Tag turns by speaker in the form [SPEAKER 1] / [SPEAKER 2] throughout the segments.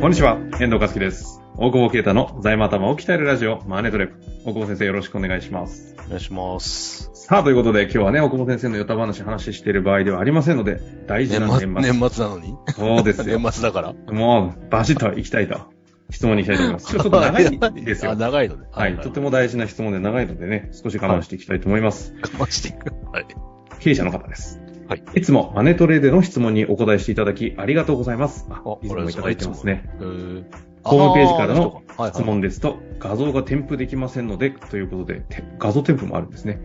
[SPEAKER 1] こんにちは、遠藤和樹です。大久保啓太の財務頭を鍛えるラジオ、マネトレ。大久保先生よろしくお願いします。
[SPEAKER 2] お願いします。
[SPEAKER 1] さあ、ということで今日はね、大久保先生のヨタ話話している場合ではありませんので、大事
[SPEAKER 2] 年
[SPEAKER 1] な
[SPEAKER 2] 末、
[SPEAKER 1] 年末。
[SPEAKER 2] 年末なのに
[SPEAKER 1] そうです よ。
[SPEAKER 2] 年末だから。
[SPEAKER 1] もう、バシッと行きたいと、質問に行きたいと思います。 ちょっと長いんです
[SPEAKER 2] あ、
[SPEAKER 1] よ。
[SPEAKER 2] 長いのね。
[SPEAKER 1] はい。とても大事な質問で長いのでね、少し我慢していきたいと思います。
[SPEAKER 2] 我慢していく。はい。
[SPEAKER 1] 経営者の方です。
[SPEAKER 2] はい。
[SPEAKER 1] いつもマネトレでの質問にお答えしていただき、ありがとうございます。あ
[SPEAKER 2] こ
[SPEAKER 1] いつ
[SPEAKER 2] れ
[SPEAKER 1] もいただいてますね。。
[SPEAKER 2] ホーム
[SPEAKER 1] ホームページからの質
[SPEAKER 2] 質。
[SPEAKER 1] 問ですと、画像が添付できませんので、ということで、て画像添付もあるんですね。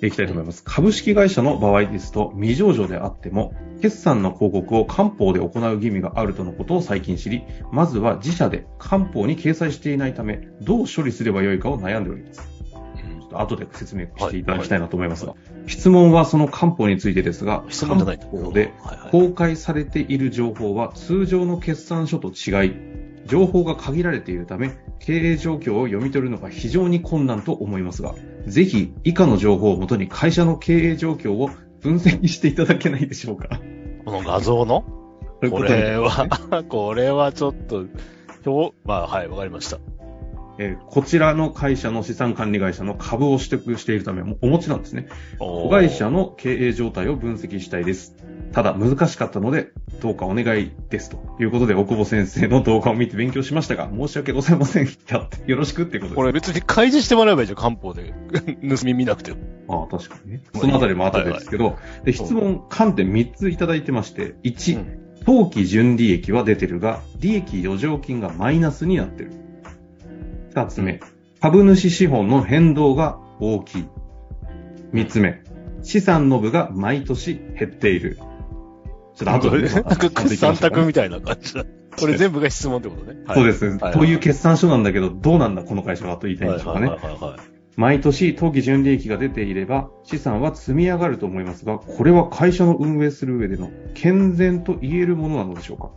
[SPEAKER 1] いきたいと思います。株式会社の場合ですと、未上場であっても、決算の広告を官報で行う義務があるとのことを最近知り、まずは自社で官報に掲載していないため、どう処理すればよいかを悩んでおります。ちょっと後で説明していただきたいなと思いますが、質問はその官報についてですが、
[SPEAKER 2] 質問じゃない。
[SPEAKER 1] 官報で
[SPEAKER 2] はいはい
[SPEAKER 1] 公開されている情報は通常の決算書と違い、情報が限られているため、経営状況を読み取るのが非常に困難と思いますが、ぜひ以下の情報をもとに会社の経営状況を分析していただけないでしょうか。
[SPEAKER 2] この画像の
[SPEAKER 1] という
[SPEAKER 2] こ
[SPEAKER 1] ことで
[SPEAKER 2] れは、 これはちょっと、表、まあはい、わかりました。
[SPEAKER 1] えーこちらの会社の資産管理会社の株を取得しているため、もお持ちなんですね。
[SPEAKER 2] お
[SPEAKER 1] 子
[SPEAKER 2] ー
[SPEAKER 1] 会社の経営状態を分析したいです。ただ難しかったので、どうかお願いです。ということで、大久保先生の動画を見て勉強しましたが、申し訳ございません。 やってよろしくってことです。
[SPEAKER 2] これ別に開示してもらえばいいじゃん、漢方で。 盗み見なくても。
[SPEAKER 1] ああ、確かにね。そのあたりも後でですけど、で質問、観点3ついただいてまして、1、
[SPEAKER 2] うん
[SPEAKER 1] 当期純利益は出てるが、利益余剰金がマイナスになってる。2つ目、株主資本の変動が大きい。3つ目、資産の部が毎年減っている。ちょっと後で、ね、
[SPEAKER 2] なんか三択みたいな感じだ。これ全部が質問ってことね。
[SPEAKER 1] そうです、ね
[SPEAKER 2] はい
[SPEAKER 1] こういう決算書なんだけど、どうなんだこの会社はと言いたいん
[SPEAKER 2] はい
[SPEAKER 1] で
[SPEAKER 2] は
[SPEAKER 1] し
[SPEAKER 2] い
[SPEAKER 1] ょう
[SPEAKER 2] は
[SPEAKER 1] か
[SPEAKER 2] い
[SPEAKER 1] ね。
[SPEAKER 2] はい。
[SPEAKER 1] 毎年当期純利益が出ていれば資産は積み上がると思いますが、これは会社の運営する上での健全と言えるものなのでしょうか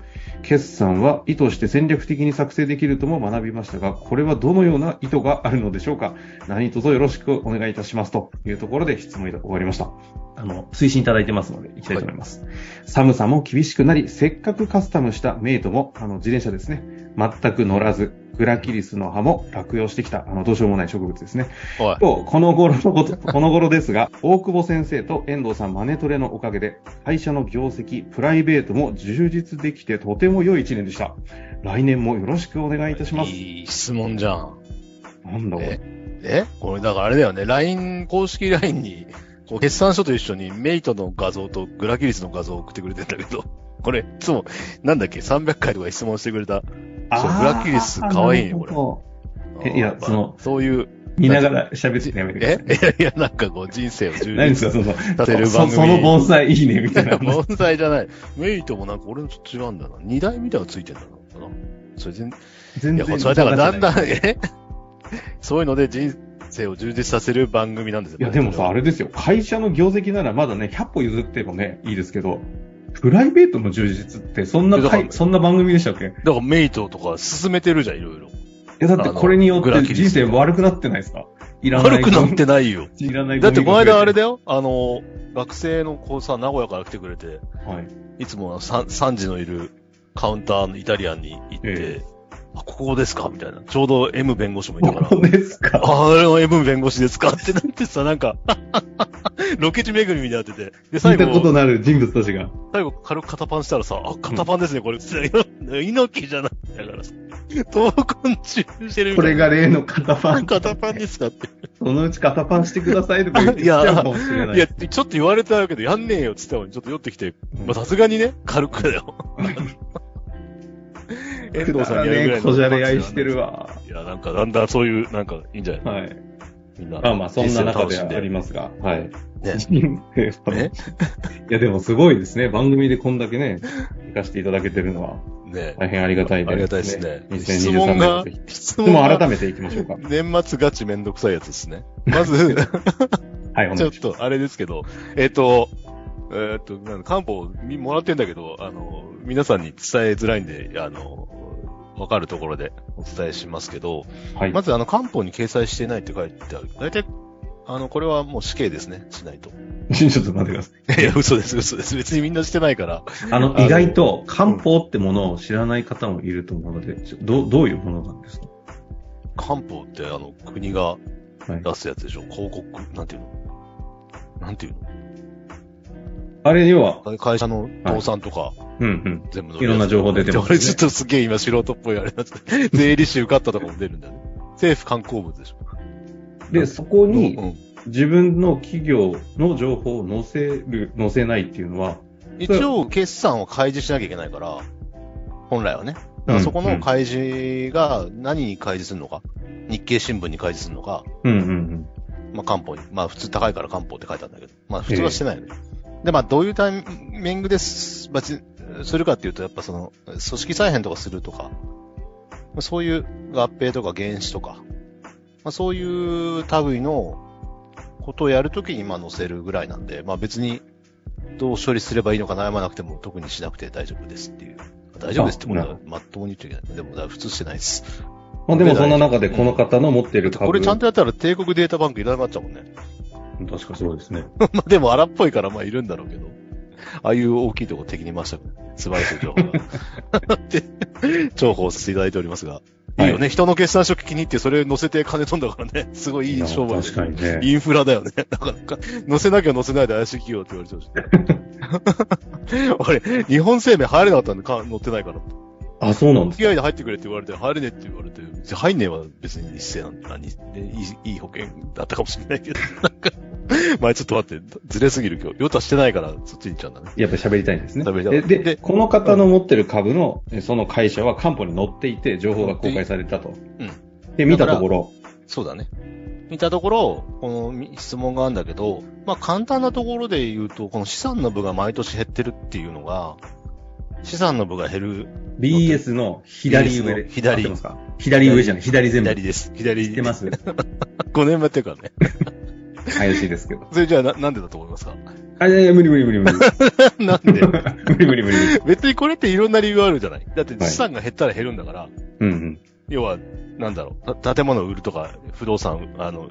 [SPEAKER 1] 決算は意図して戦略的に作成できるとも学びましたが、これはどのような意図があるのでしょうか何卒よろしくお願いいたしますというところで質問が終わりました。あの、推進いただいてますので、いきたいと思います。寒さも厳しくなり、せっかくカスタムしたメイトも、あの、自転車ですね。全く乗らず、グラキリスの葉も落葉してきた、あの、どうしようもない植物ですね。
[SPEAKER 2] おい。
[SPEAKER 1] と、この頃のこと、この頃ですが、大久保先生と遠藤さんマネトレのおかげで、会社の業績、プライベートも充実できてとても良い一年でした。来年もよろしくお願いいたします。
[SPEAKER 2] いい質問じゃん。
[SPEAKER 1] なんだこれ。
[SPEAKER 2] えこれ、だからあれだよね。LINE、公式 LINE に、こう、決算書と一緒にメイトの画像とグラキリスの画像を送ってくれてんだけど、これ、いつも、なんだっけ、300回とか質問してくれた。そう
[SPEAKER 1] ー
[SPEAKER 2] ブラキリス可愛いねこ
[SPEAKER 1] な
[SPEAKER 2] れ
[SPEAKER 1] るほどえいや、その
[SPEAKER 2] ま、あそういう、
[SPEAKER 1] 見ながら喋ってやめてくだ
[SPEAKER 2] え
[SPEAKER 1] さい。
[SPEAKER 2] いやいや、なんかこう、人生を充
[SPEAKER 1] 何で
[SPEAKER 2] 実
[SPEAKER 1] すか、その、
[SPEAKER 2] させる
[SPEAKER 1] そ
[SPEAKER 2] 番組。
[SPEAKER 1] その盆栽いいね、みたいな。
[SPEAKER 2] 問題じゃない。メイトもなんか俺のちょっと違うんだな。二台みたいなのついてんだな。それ全
[SPEAKER 1] 全
[SPEAKER 2] いや、それだからだんだ
[SPEAKER 1] い
[SPEAKER 2] ん、えそういうので人生を充実させる番組なんですよ。
[SPEAKER 1] や、でもさ、あれですよ。会社の業績ならまだね、100歩譲ってもね、いいですけど、プライベートの充実って、そんな
[SPEAKER 2] だから
[SPEAKER 1] 会、そんな番組でしたっけ
[SPEAKER 2] だからメイトとか進めてるじゃん、いろいろ。
[SPEAKER 1] え、だってこれによっ
[SPEAKER 2] あのグラ
[SPEAKER 1] て
[SPEAKER 2] キリ
[SPEAKER 1] 人
[SPEAKER 2] ス
[SPEAKER 1] 生悪くなってないですかいらない。
[SPEAKER 2] 悪くなってないよ。
[SPEAKER 1] いらない。
[SPEAKER 2] だってこの間あれだ
[SPEAKER 1] よ。
[SPEAKER 2] よ、あの、学生の子さ、名古屋から来てくれて、
[SPEAKER 1] はい。
[SPEAKER 2] いつも 3, 時のいるカウンターのイタリアンに行って、
[SPEAKER 1] え
[SPEAKER 2] あ、ここですかみたいな。ちょうど M 弁護士もいたから
[SPEAKER 1] 本、当ですか
[SPEAKER 2] あ、あれの M 弁護士ですかってなってさ、なんか、 ロケ地巡りみたいになってて、
[SPEAKER 1] 聞
[SPEAKER 2] で、最
[SPEAKER 1] いたこと
[SPEAKER 2] 後、
[SPEAKER 1] のある人物たちが。
[SPEAKER 2] 最後軽く肩パンしたらさ、あ、肩パンですね、これ。猪木じゃ ないんだからさ、闘魂中してるみ
[SPEAKER 1] こ
[SPEAKER 2] た
[SPEAKER 1] れ
[SPEAKER 2] いな。
[SPEAKER 1] が例の肩パン。
[SPEAKER 2] 肩パンですかって。
[SPEAKER 1] そのうち肩パンしてくださいとか言ってきちゃうかもしれない。
[SPEAKER 2] いや、ちょっと言われたけど、やんねえよって言ったのに、ちょっと寄ってきて、
[SPEAKER 1] うん
[SPEAKER 2] まあ、さすがにね、軽く だよ。遠藤さんにやるぐらいの。
[SPEAKER 1] こじゃれ合いしてる。わ。
[SPEAKER 2] いや、なんか、だんだんそういう、なんか、いいんじゃない
[SPEAKER 1] はい。
[SPEAKER 2] みんな。
[SPEAKER 1] まあまあ、そんな中ではあり
[SPEAKER 2] ま
[SPEAKER 1] ますが。はい。
[SPEAKER 2] ね
[SPEAKER 1] い
[SPEAKER 2] ね
[SPEAKER 1] や、でもすごいですね。番組でこんだけね、活かしていただけてるのは
[SPEAKER 2] ね
[SPEAKER 1] 大変ありがたい
[SPEAKER 2] ありがた
[SPEAKER 1] で
[SPEAKER 2] いで
[SPEAKER 1] す
[SPEAKER 2] ね。質
[SPEAKER 1] 2023
[SPEAKER 2] 問
[SPEAKER 1] 年
[SPEAKER 2] が
[SPEAKER 1] もぜひ。、
[SPEAKER 2] 質
[SPEAKER 1] 質
[SPEAKER 2] 問
[SPEAKER 1] 問
[SPEAKER 2] が、
[SPEAKER 1] 改めていきましょうか。
[SPEAKER 2] 年末ガチめんどくさいやつですね。ま ず、
[SPEAKER 1] はい、お願いし
[SPEAKER 2] ち
[SPEAKER 1] ま
[SPEAKER 2] ょ
[SPEAKER 1] す
[SPEAKER 2] っ。と、あれですけど、えっ、と、えっ、と、なんか漢方みもらってんだけど、あの、皆さんに伝えづらいんで、あの、わかるところでお伝えしますけど、
[SPEAKER 1] はい。
[SPEAKER 2] まずあの、漢方に掲載してないって書いてある。大体、あの、これはもう死刑ですね、しないと。
[SPEAKER 1] ちょっと待ってください。
[SPEAKER 2] いや、嘘です、嘘です。別にみんなしてないから。
[SPEAKER 1] あの
[SPEAKER 2] あ、の
[SPEAKER 1] 意外と漢方ってものを知らない方もいると思うので、ちょどうどういうものなんですか
[SPEAKER 2] 漢方って、あの、国が
[SPEAKER 1] はい
[SPEAKER 2] 出すやつでしょ広告、なんていうのなんていう
[SPEAKER 1] あれ、要は、
[SPEAKER 2] の会社の倒産とか、
[SPEAKER 1] うんうん。
[SPEAKER 2] 全部の
[SPEAKER 1] いろんな情報出てますね
[SPEAKER 2] 俺ちょっとすげえ今素人っぽいあれなんです けど税理士受かったとかも出るんだよね。政府観光物でしょ。
[SPEAKER 1] で、そこ
[SPEAKER 2] う
[SPEAKER 1] に
[SPEAKER 2] ん
[SPEAKER 1] 自分の企業の情報を載せる、載せないっていうのは、
[SPEAKER 2] 一応、決算を開示しなきゃいけないから、本来はね。だからそこの開示が何に開示するのか、日経新聞に開示するのか、
[SPEAKER 1] うんうんうん。
[SPEAKER 2] まあ、漢方に。まあ、普通高いから漢方って書いてあるんだけど、まあ、普通はしてないよね。で、まあ、どういうタイミングです、別に、するかっていうと、やっぱその、組織再編とかするとか、まあそういう合併とか原子とか、まあ、そういう類のことをやるときに、まあ、載せるぐらいなんで、まあ、別に、どう処理すればいいのか悩まなくても、特にしなくて大丈夫ですっていう。大丈夫ですってこと
[SPEAKER 1] あな
[SPEAKER 2] は、まっともに言っちゃいけない。でも、だから普通してないです。
[SPEAKER 1] まあでもそんな中でこの方の持っている株。
[SPEAKER 2] これちゃんとやったら帝国データバンクいらなかったもんね。
[SPEAKER 1] 確かそうですね。
[SPEAKER 2] まあでも荒っぽいからまあいるんだろうけど。ああいう大きいとこ敵に回したくない。素晴らしい情報が。で、重宝させていただいておりますが。いいよね。人の決算書聞きに行って、それ載せて金飛んだからね。すごいいい商売。
[SPEAKER 1] 確かにね。
[SPEAKER 2] インフラだよね。なかなか、載せなきゃ載せないで怪しい企業って言われちゃ うし。俺、日本生命入れなかったんで、か載ってないから。
[SPEAKER 1] あ、そうなんです
[SPEAKER 2] 付き合いで入ってくれって言われて、入れねえって言われて、別に入んねえは別に一斉なんだな、にいい、いい保険だったかもしれないけど、なんか、前ちょっと待って、ずれすぎる今日。ヨタしてないから、そっちに行っちゃうんだね。
[SPEAKER 1] やっぱ喋りたいんですね。
[SPEAKER 2] 喋りたい
[SPEAKER 1] でで
[SPEAKER 2] で
[SPEAKER 1] この方の持ってる株の、えその会社は漢方に載っていて、情報が公開されたと。で、見たところ、
[SPEAKER 2] そうだね。見たところ、この質問があるんだけど、まあ簡単なところで言うと、この資産の部が毎年減ってるっていうのが、資産の部が減る
[SPEAKER 1] BS の左上で。
[SPEAKER 2] BS の左
[SPEAKER 1] 合ってますか左上じゃない、左全部。
[SPEAKER 2] 左です。左
[SPEAKER 1] 知ってます
[SPEAKER 2] 5年目っていうからね。
[SPEAKER 1] 怪しいですけど。
[SPEAKER 2] それじゃあな、なんでだと思いますか
[SPEAKER 1] あ、いやいや、無理無理無理無理。
[SPEAKER 2] なんで
[SPEAKER 1] 無理無理無理。
[SPEAKER 2] 別にこれっていろんな理由があるじゃないだって資産が減ったら減るんだから、
[SPEAKER 1] うんうん。
[SPEAKER 2] 要は、なんだろう、た建物を売るとか、不動産、あの、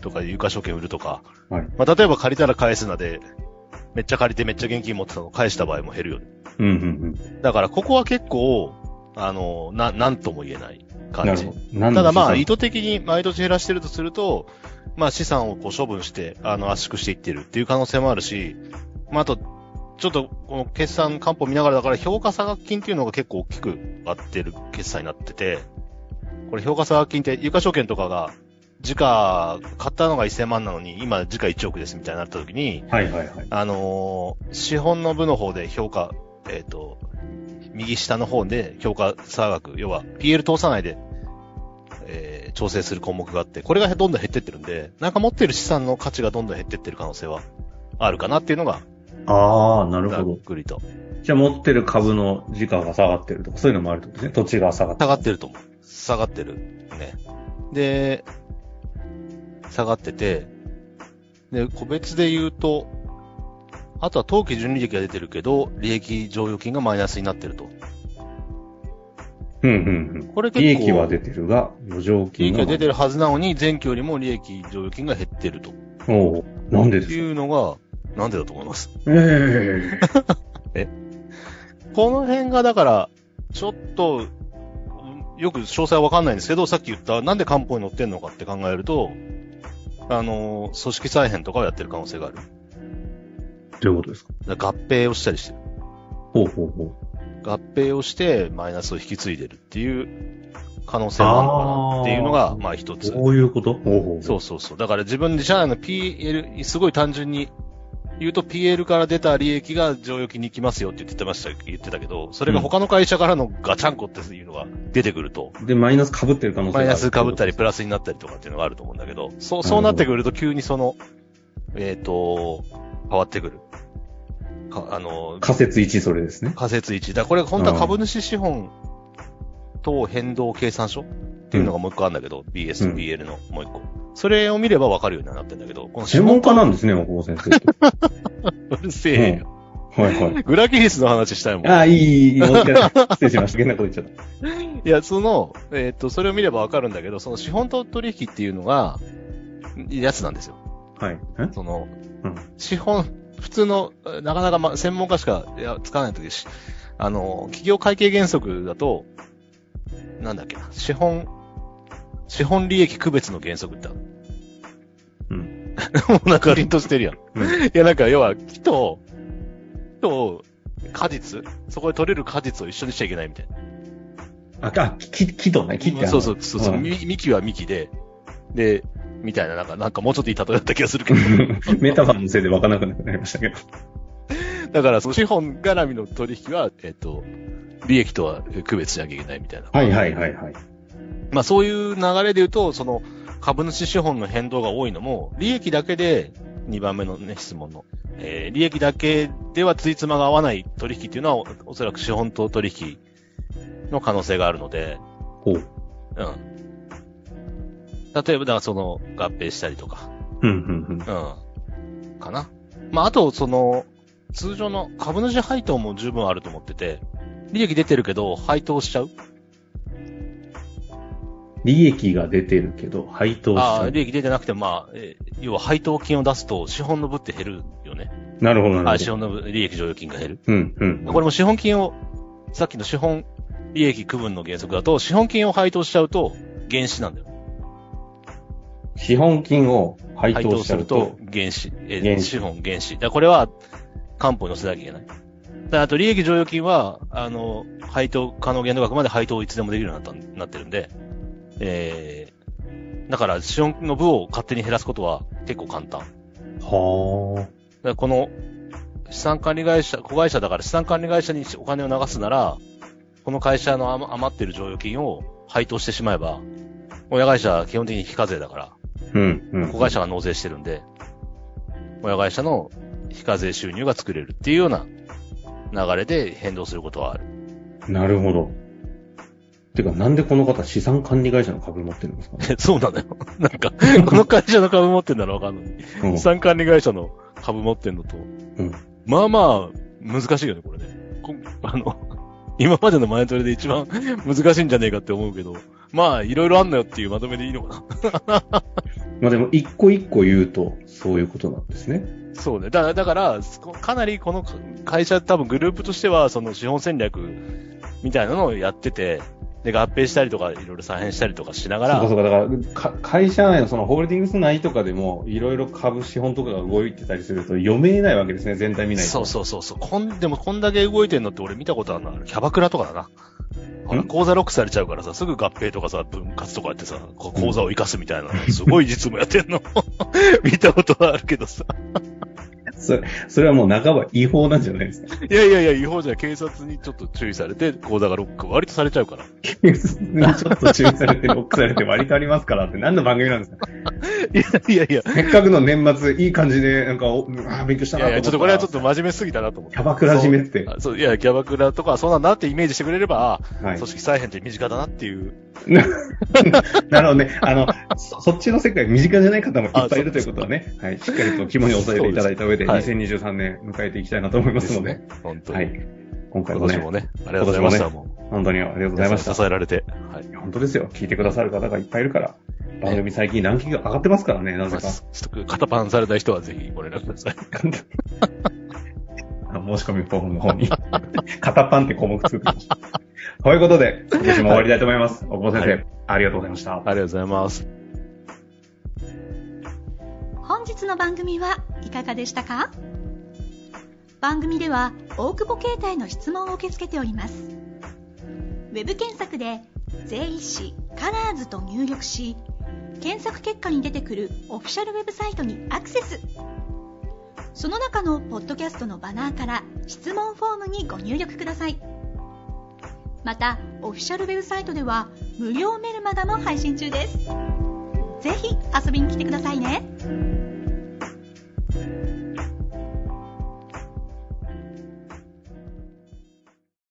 [SPEAKER 2] とか、有価証券売るとか、
[SPEAKER 1] はい
[SPEAKER 2] まあ、例えば借りたら返すなで、めっちゃ借りてめっちゃ現金持ってたのを返した場合も減るよね。
[SPEAKER 1] うんうん
[SPEAKER 2] だから、ここは結構、あの、な、なんとも言えない
[SPEAKER 1] うん。な
[SPEAKER 2] 感
[SPEAKER 1] る
[SPEAKER 2] じ
[SPEAKER 1] ほ。ど。なん
[SPEAKER 2] ただまあ、
[SPEAKER 1] で
[SPEAKER 2] 意
[SPEAKER 1] しょ
[SPEAKER 2] 図的に毎年減らしてるとすると、まあ資産をこう処分して、あの、圧縮していってるっていう可能性もあるし、まああと、ちょっと、この決算官報見ながらだから評価差額金っていうのが結構大きく合ってる決済になってて、これ評価差額金って有価証券とかが、時価、買ったのが1000万なのに、今時価1億ですみたいになった時に、
[SPEAKER 1] うはいはいはい。
[SPEAKER 2] あのー資本の部の方で評価、えっ、と、右下の方で評価差額、要は PL 通さないで、えー調整する項目があって、これがどんどん減ってってるんで、なんか持ってる資産の価値がどんどん減ってってる可能性はあるかなっていうのが、
[SPEAKER 1] ああ、なる
[SPEAKER 2] ざ
[SPEAKER 1] ほ
[SPEAKER 2] っ
[SPEAKER 1] ど。
[SPEAKER 2] くりと。
[SPEAKER 1] じゃあ持ってる株の時価が下がってるとか、そういうのもあるってことですね。土地が下がって
[SPEAKER 2] 下
[SPEAKER 1] る。
[SPEAKER 2] がってると思う。下がってる。ね。で、下がってて、で、個別で言うと、あとは当期純利益が出てるけど、利益剰余金がマイナスになってると。
[SPEAKER 1] うんうんうん。
[SPEAKER 2] これ結
[SPEAKER 1] 利
[SPEAKER 2] 構、
[SPEAKER 1] 益は出てるが、余剰
[SPEAKER 2] 利
[SPEAKER 1] 金
[SPEAKER 2] 益
[SPEAKER 1] が。
[SPEAKER 2] は出てるはずなのに、前期よりも利益剰余金が減ってると。
[SPEAKER 1] おうなんでですか
[SPEAKER 2] いうのが、なんでだと思います。
[SPEAKER 1] ええ
[SPEAKER 2] この辺がだから、ちょっと、よく詳細はわかんないんですけど、さっき言った、なんで漢方に載ってんのかって考えると、あの、組織再編とかをやってる可能性がある。
[SPEAKER 1] どういうことですか
[SPEAKER 2] だから合併をしたりしてる。
[SPEAKER 1] ほうほうほう。
[SPEAKER 2] 合併をして、マイナスを引き継いでるっていう可能性があるのかなっていうの
[SPEAKER 1] あ
[SPEAKER 2] が、
[SPEAKER 1] ー
[SPEAKER 2] まあ一つ。
[SPEAKER 1] そういうことほうほう
[SPEAKER 2] そうそうそう。だから自分で社内の PL、すごい単純に言うと PL から出た利益が剰余金に行きますよって言ってました、言ってたけど、それが他の会社からのガチャンコっていうのが出てくると、
[SPEAKER 1] で、マイナス被ってる可能性があ
[SPEAKER 2] マイ
[SPEAKER 1] る。
[SPEAKER 2] ナス被ったりプラスになったりとかっていうのがあると思うんだけど、そう、そうなってくると急にその、えっ、と、変わってくる。か、あの、
[SPEAKER 1] 仮説1それですね。
[SPEAKER 2] 仮説1。だからこれ本当は株主資本等変動計算書っていうのがもう一個あるんだけど、
[SPEAKER 1] うん
[SPEAKER 2] BS、BL のもう一個。それを見ればわかるようになってんだけど、この
[SPEAKER 1] 専門家なんですね、大久保 先生って。
[SPEAKER 2] うるせえよ。
[SPEAKER 1] はいはい。
[SPEAKER 2] グラキリスの話したいもん。
[SPEAKER 1] ああ、いい、いい、いい。もう一回失礼しました。変なこと言っちゃった。
[SPEAKER 2] いや、その、えーっと、それを見ればわかるんだけど、その資本と取引っていうのが、やつなんですよ。
[SPEAKER 1] はい。
[SPEAKER 2] その、
[SPEAKER 1] うん。
[SPEAKER 2] 資本、普通の、なかなか、ま、専門家しかいや使わないときし、あの、企業会計原則だと、なんだっけな、資本、資本利益区別の原則ってある。
[SPEAKER 1] うん。
[SPEAKER 2] もうなんか凛としてるやん。
[SPEAKER 1] うん
[SPEAKER 2] いや、なんか、要は、木と、木と、果実そこで取れる果実を一緒にしちゃいけないみたいな。
[SPEAKER 1] あ、あ木、木とね、木ってあの
[SPEAKER 2] そうそう、そうそ う、
[SPEAKER 1] ん
[SPEAKER 2] み幹は幹で、で、みたいな、なんか、なんかもうちょっといい例えだった気がする けど。
[SPEAKER 1] メタファーのせいで分からなくなりましたけど。
[SPEAKER 2] だから、その資本絡みの取引は、えっ、と、利益とは区別しなきゃいけないみたいな。
[SPEAKER 1] はいはいはいはい。
[SPEAKER 2] まあ、そういう流れで言うと、その、株主資本の変動が多いのも、利益だけで、2番目のね、質問の。えー利益だけではついつまが合わない取引っていうのは、おおそらく資本と取引の可能性があるので、
[SPEAKER 1] ほう。
[SPEAKER 2] うん。例えば、だからその、合併したりとか、
[SPEAKER 1] うんうん
[SPEAKER 2] うん。かな。まあ、あと、その、通常の株主配当も十分あると思ってて、利益出てるけど、配当しちゃ
[SPEAKER 1] う
[SPEAKER 2] う
[SPEAKER 1] ん。利益が出てるけど、配当
[SPEAKER 2] ああ、
[SPEAKER 1] し
[SPEAKER 2] 利益出てなくても、まあ、えー要は配当金を出すと、資本の分って減るよね。
[SPEAKER 1] た。なるほどな
[SPEAKER 2] あ
[SPEAKER 1] る
[SPEAKER 2] 資
[SPEAKER 1] ほど。
[SPEAKER 2] 本の分利益剰余金が減る。
[SPEAKER 1] うんうん。
[SPEAKER 2] これも資本金を、さっきの資本利益区分の原則だと、資本金を配当しちゃうと、原資なんだよ。
[SPEAKER 1] 資本金を配
[SPEAKER 2] 配
[SPEAKER 1] 当
[SPEAKER 2] 当
[SPEAKER 1] しち
[SPEAKER 2] す
[SPEAKER 1] ゃ
[SPEAKER 2] る
[SPEAKER 1] う
[SPEAKER 2] と
[SPEAKER 1] と、
[SPEAKER 2] 原資、えー
[SPEAKER 1] 原資
[SPEAKER 2] 資本原資。だからこれは、担保に載せなきゃいけない。だからあと、利益剰余金は、あの、配当、可能限度額まで配当をいつでもできるようになった、なってるんで、えー、だから、資本の分を勝手に減らすことは結構簡単。だか
[SPEAKER 1] は
[SPEAKER 2] らこの、資産管理会社、子会社だから資産管理会社にお金を流すなら、この会社の余余ってる剰余金を配当してしまえば、親会社は基本的に非課税だから、
[SPEAKER 1] あ。うんうん。
[SPEAKER 2] 子会社が納税してるんで、親会社の非課税収入が作れるっていうような流れで変動することはある。
[SPEAKER 1] なるほど。てか、なんでこの方資産管理会社の株持ってるんですかね。
[SPEAKER 2] そうなのよ。 なんか、この会社の株持ってんならわかんない。
[SPEAKER 1] うん
[SPEAKER 2] 資産管理会社の株持ってんのと、
[SPEAKER 1] うん
[SPEAKER 2] まあまあ、難しいよね、これね。こ あの、今までのマネトレで一番 難しいんじゃねえかって思うけど、まあ、いろいろあんのよっていうまとめでいいのか
[SPEAKER 1] まあでも、一個一個言うと、そういうことなんですね。
[SPEAKER 2] な。そうね。だだから、こかなりこの会社、多分グループとしては、その資本戦略みたいなのをやってて、で、合併したりとか、いろいろ再編したりとかしなが
[SPEAKER 1] そう
[SPEAKER 2] ら
[SPEAKER 1] か、そうか。だから、か会社内のそのホールディングス内とかでも、いろいろ株資本とかが動いてたりすると、読めないわけですね、全体見ないと。
[SPEAKER 2] そうそうそうそう。こん、でもこんだけ動いてんのって俺見たことあるな。キャバクラとかだな。ほら、
[SPEAKER 1] ん
[SPEAKER 2] 口座ロックされちゃうからさ、すぐ合併とかさ、分割とかやってさ、こう口座を生かすみたいな、すごい実務やってんの。 見たことはあるけどさ。
[SPEAKER 1] それそれはもう半ば違法なんじゃないですか。
[SPEAKER 2] いやいやいや、違法じゃない警察にちょっと注意されて、口座がロック割とされちゃうから。い
[SPEAKER 1] 警察にちょっと注意されて、ロックされて割とありますからって、何の番組なんですか
[SPEAKER 2] やいやいや、
[SPEAKER 1] せっかくの年末、いい感じで、なんか、おうんあー勉強した
[SPEAKER 2] い
[SPEAKER 1] な
[SPEAKER 2] やい
[SPEAKER 1] と思
[SPEAKER 2] や、
[SPEAKER 1] ったら
[SPEAKER 2] ちょっとこれはちょっと真面目すぎたなと思って
[SPEAKER 1] キ。ャバクラ締めって。
[SPEAKER 2] あそう、いや、キャバクラとか、そうなんだってイメージしてくれれば、
[SPEAKER 1] は
[SPEAKER 2] 組織再編って身近だなっていう。
[SPEAKER 1] ななるほどね。あの、そそっちの世界身近じゃない方もいっぱいいるということはね、はい、しっかりと肝に押さえていただいた上で、
[SPEAKER 2] そうです
[SPEAKER 1] 2023年迎えていきたいなと思いますので、
[SPEAKER 2] ね。本当に。
[SPEAKER 1] はい。今回
[SPEAKER 2] 今
[SPEAKER 1] も
[SPEAKER 2] 年
[SPEAKER 1] ね
[SPEAKER 2] も、ね、ありがとうございました。
[SPEAKER 1] 今
[SPEAKER 2] もう
[SPEAKER 1] 本当にありがとうございました。
[SPEAKER 2] 支えられて。はい。
[SPEAKER 1] 本当ですよ。聞いてくださる方がいっぱいいるから、番組最近ランキング上がってますからね、なぜ
[SPEAKER 2] まあ
[SPEAKER 1] か。
[SPEAKER 2] ちょっと肩パンされた人はぜひご連絡ください。
[SPEAKER 1] あの申し込みフォームの方に、片パンって項目作ってました。ということで、今年も終わりたいと思います。大久保先生、
[SPEAKER 2] は
[SPEAKER 1] ありがとうございました。
[SPEAKER 2] ありがとうございます。
[SPEAKER 3] 本日の番組はいかがでしたか番組では大久保携帯の質問を受け付けておりますウェブ検索で「税理士カラーズと入力し検索結果に出てくるオフィシャルウェブサイトにアクセスその中のポッドキャストのバナーから質問フォームにご入力くださいまたオフィシャルウェブサイトでは無料メルマガも配信中ですぜひ遊びに来てくださいね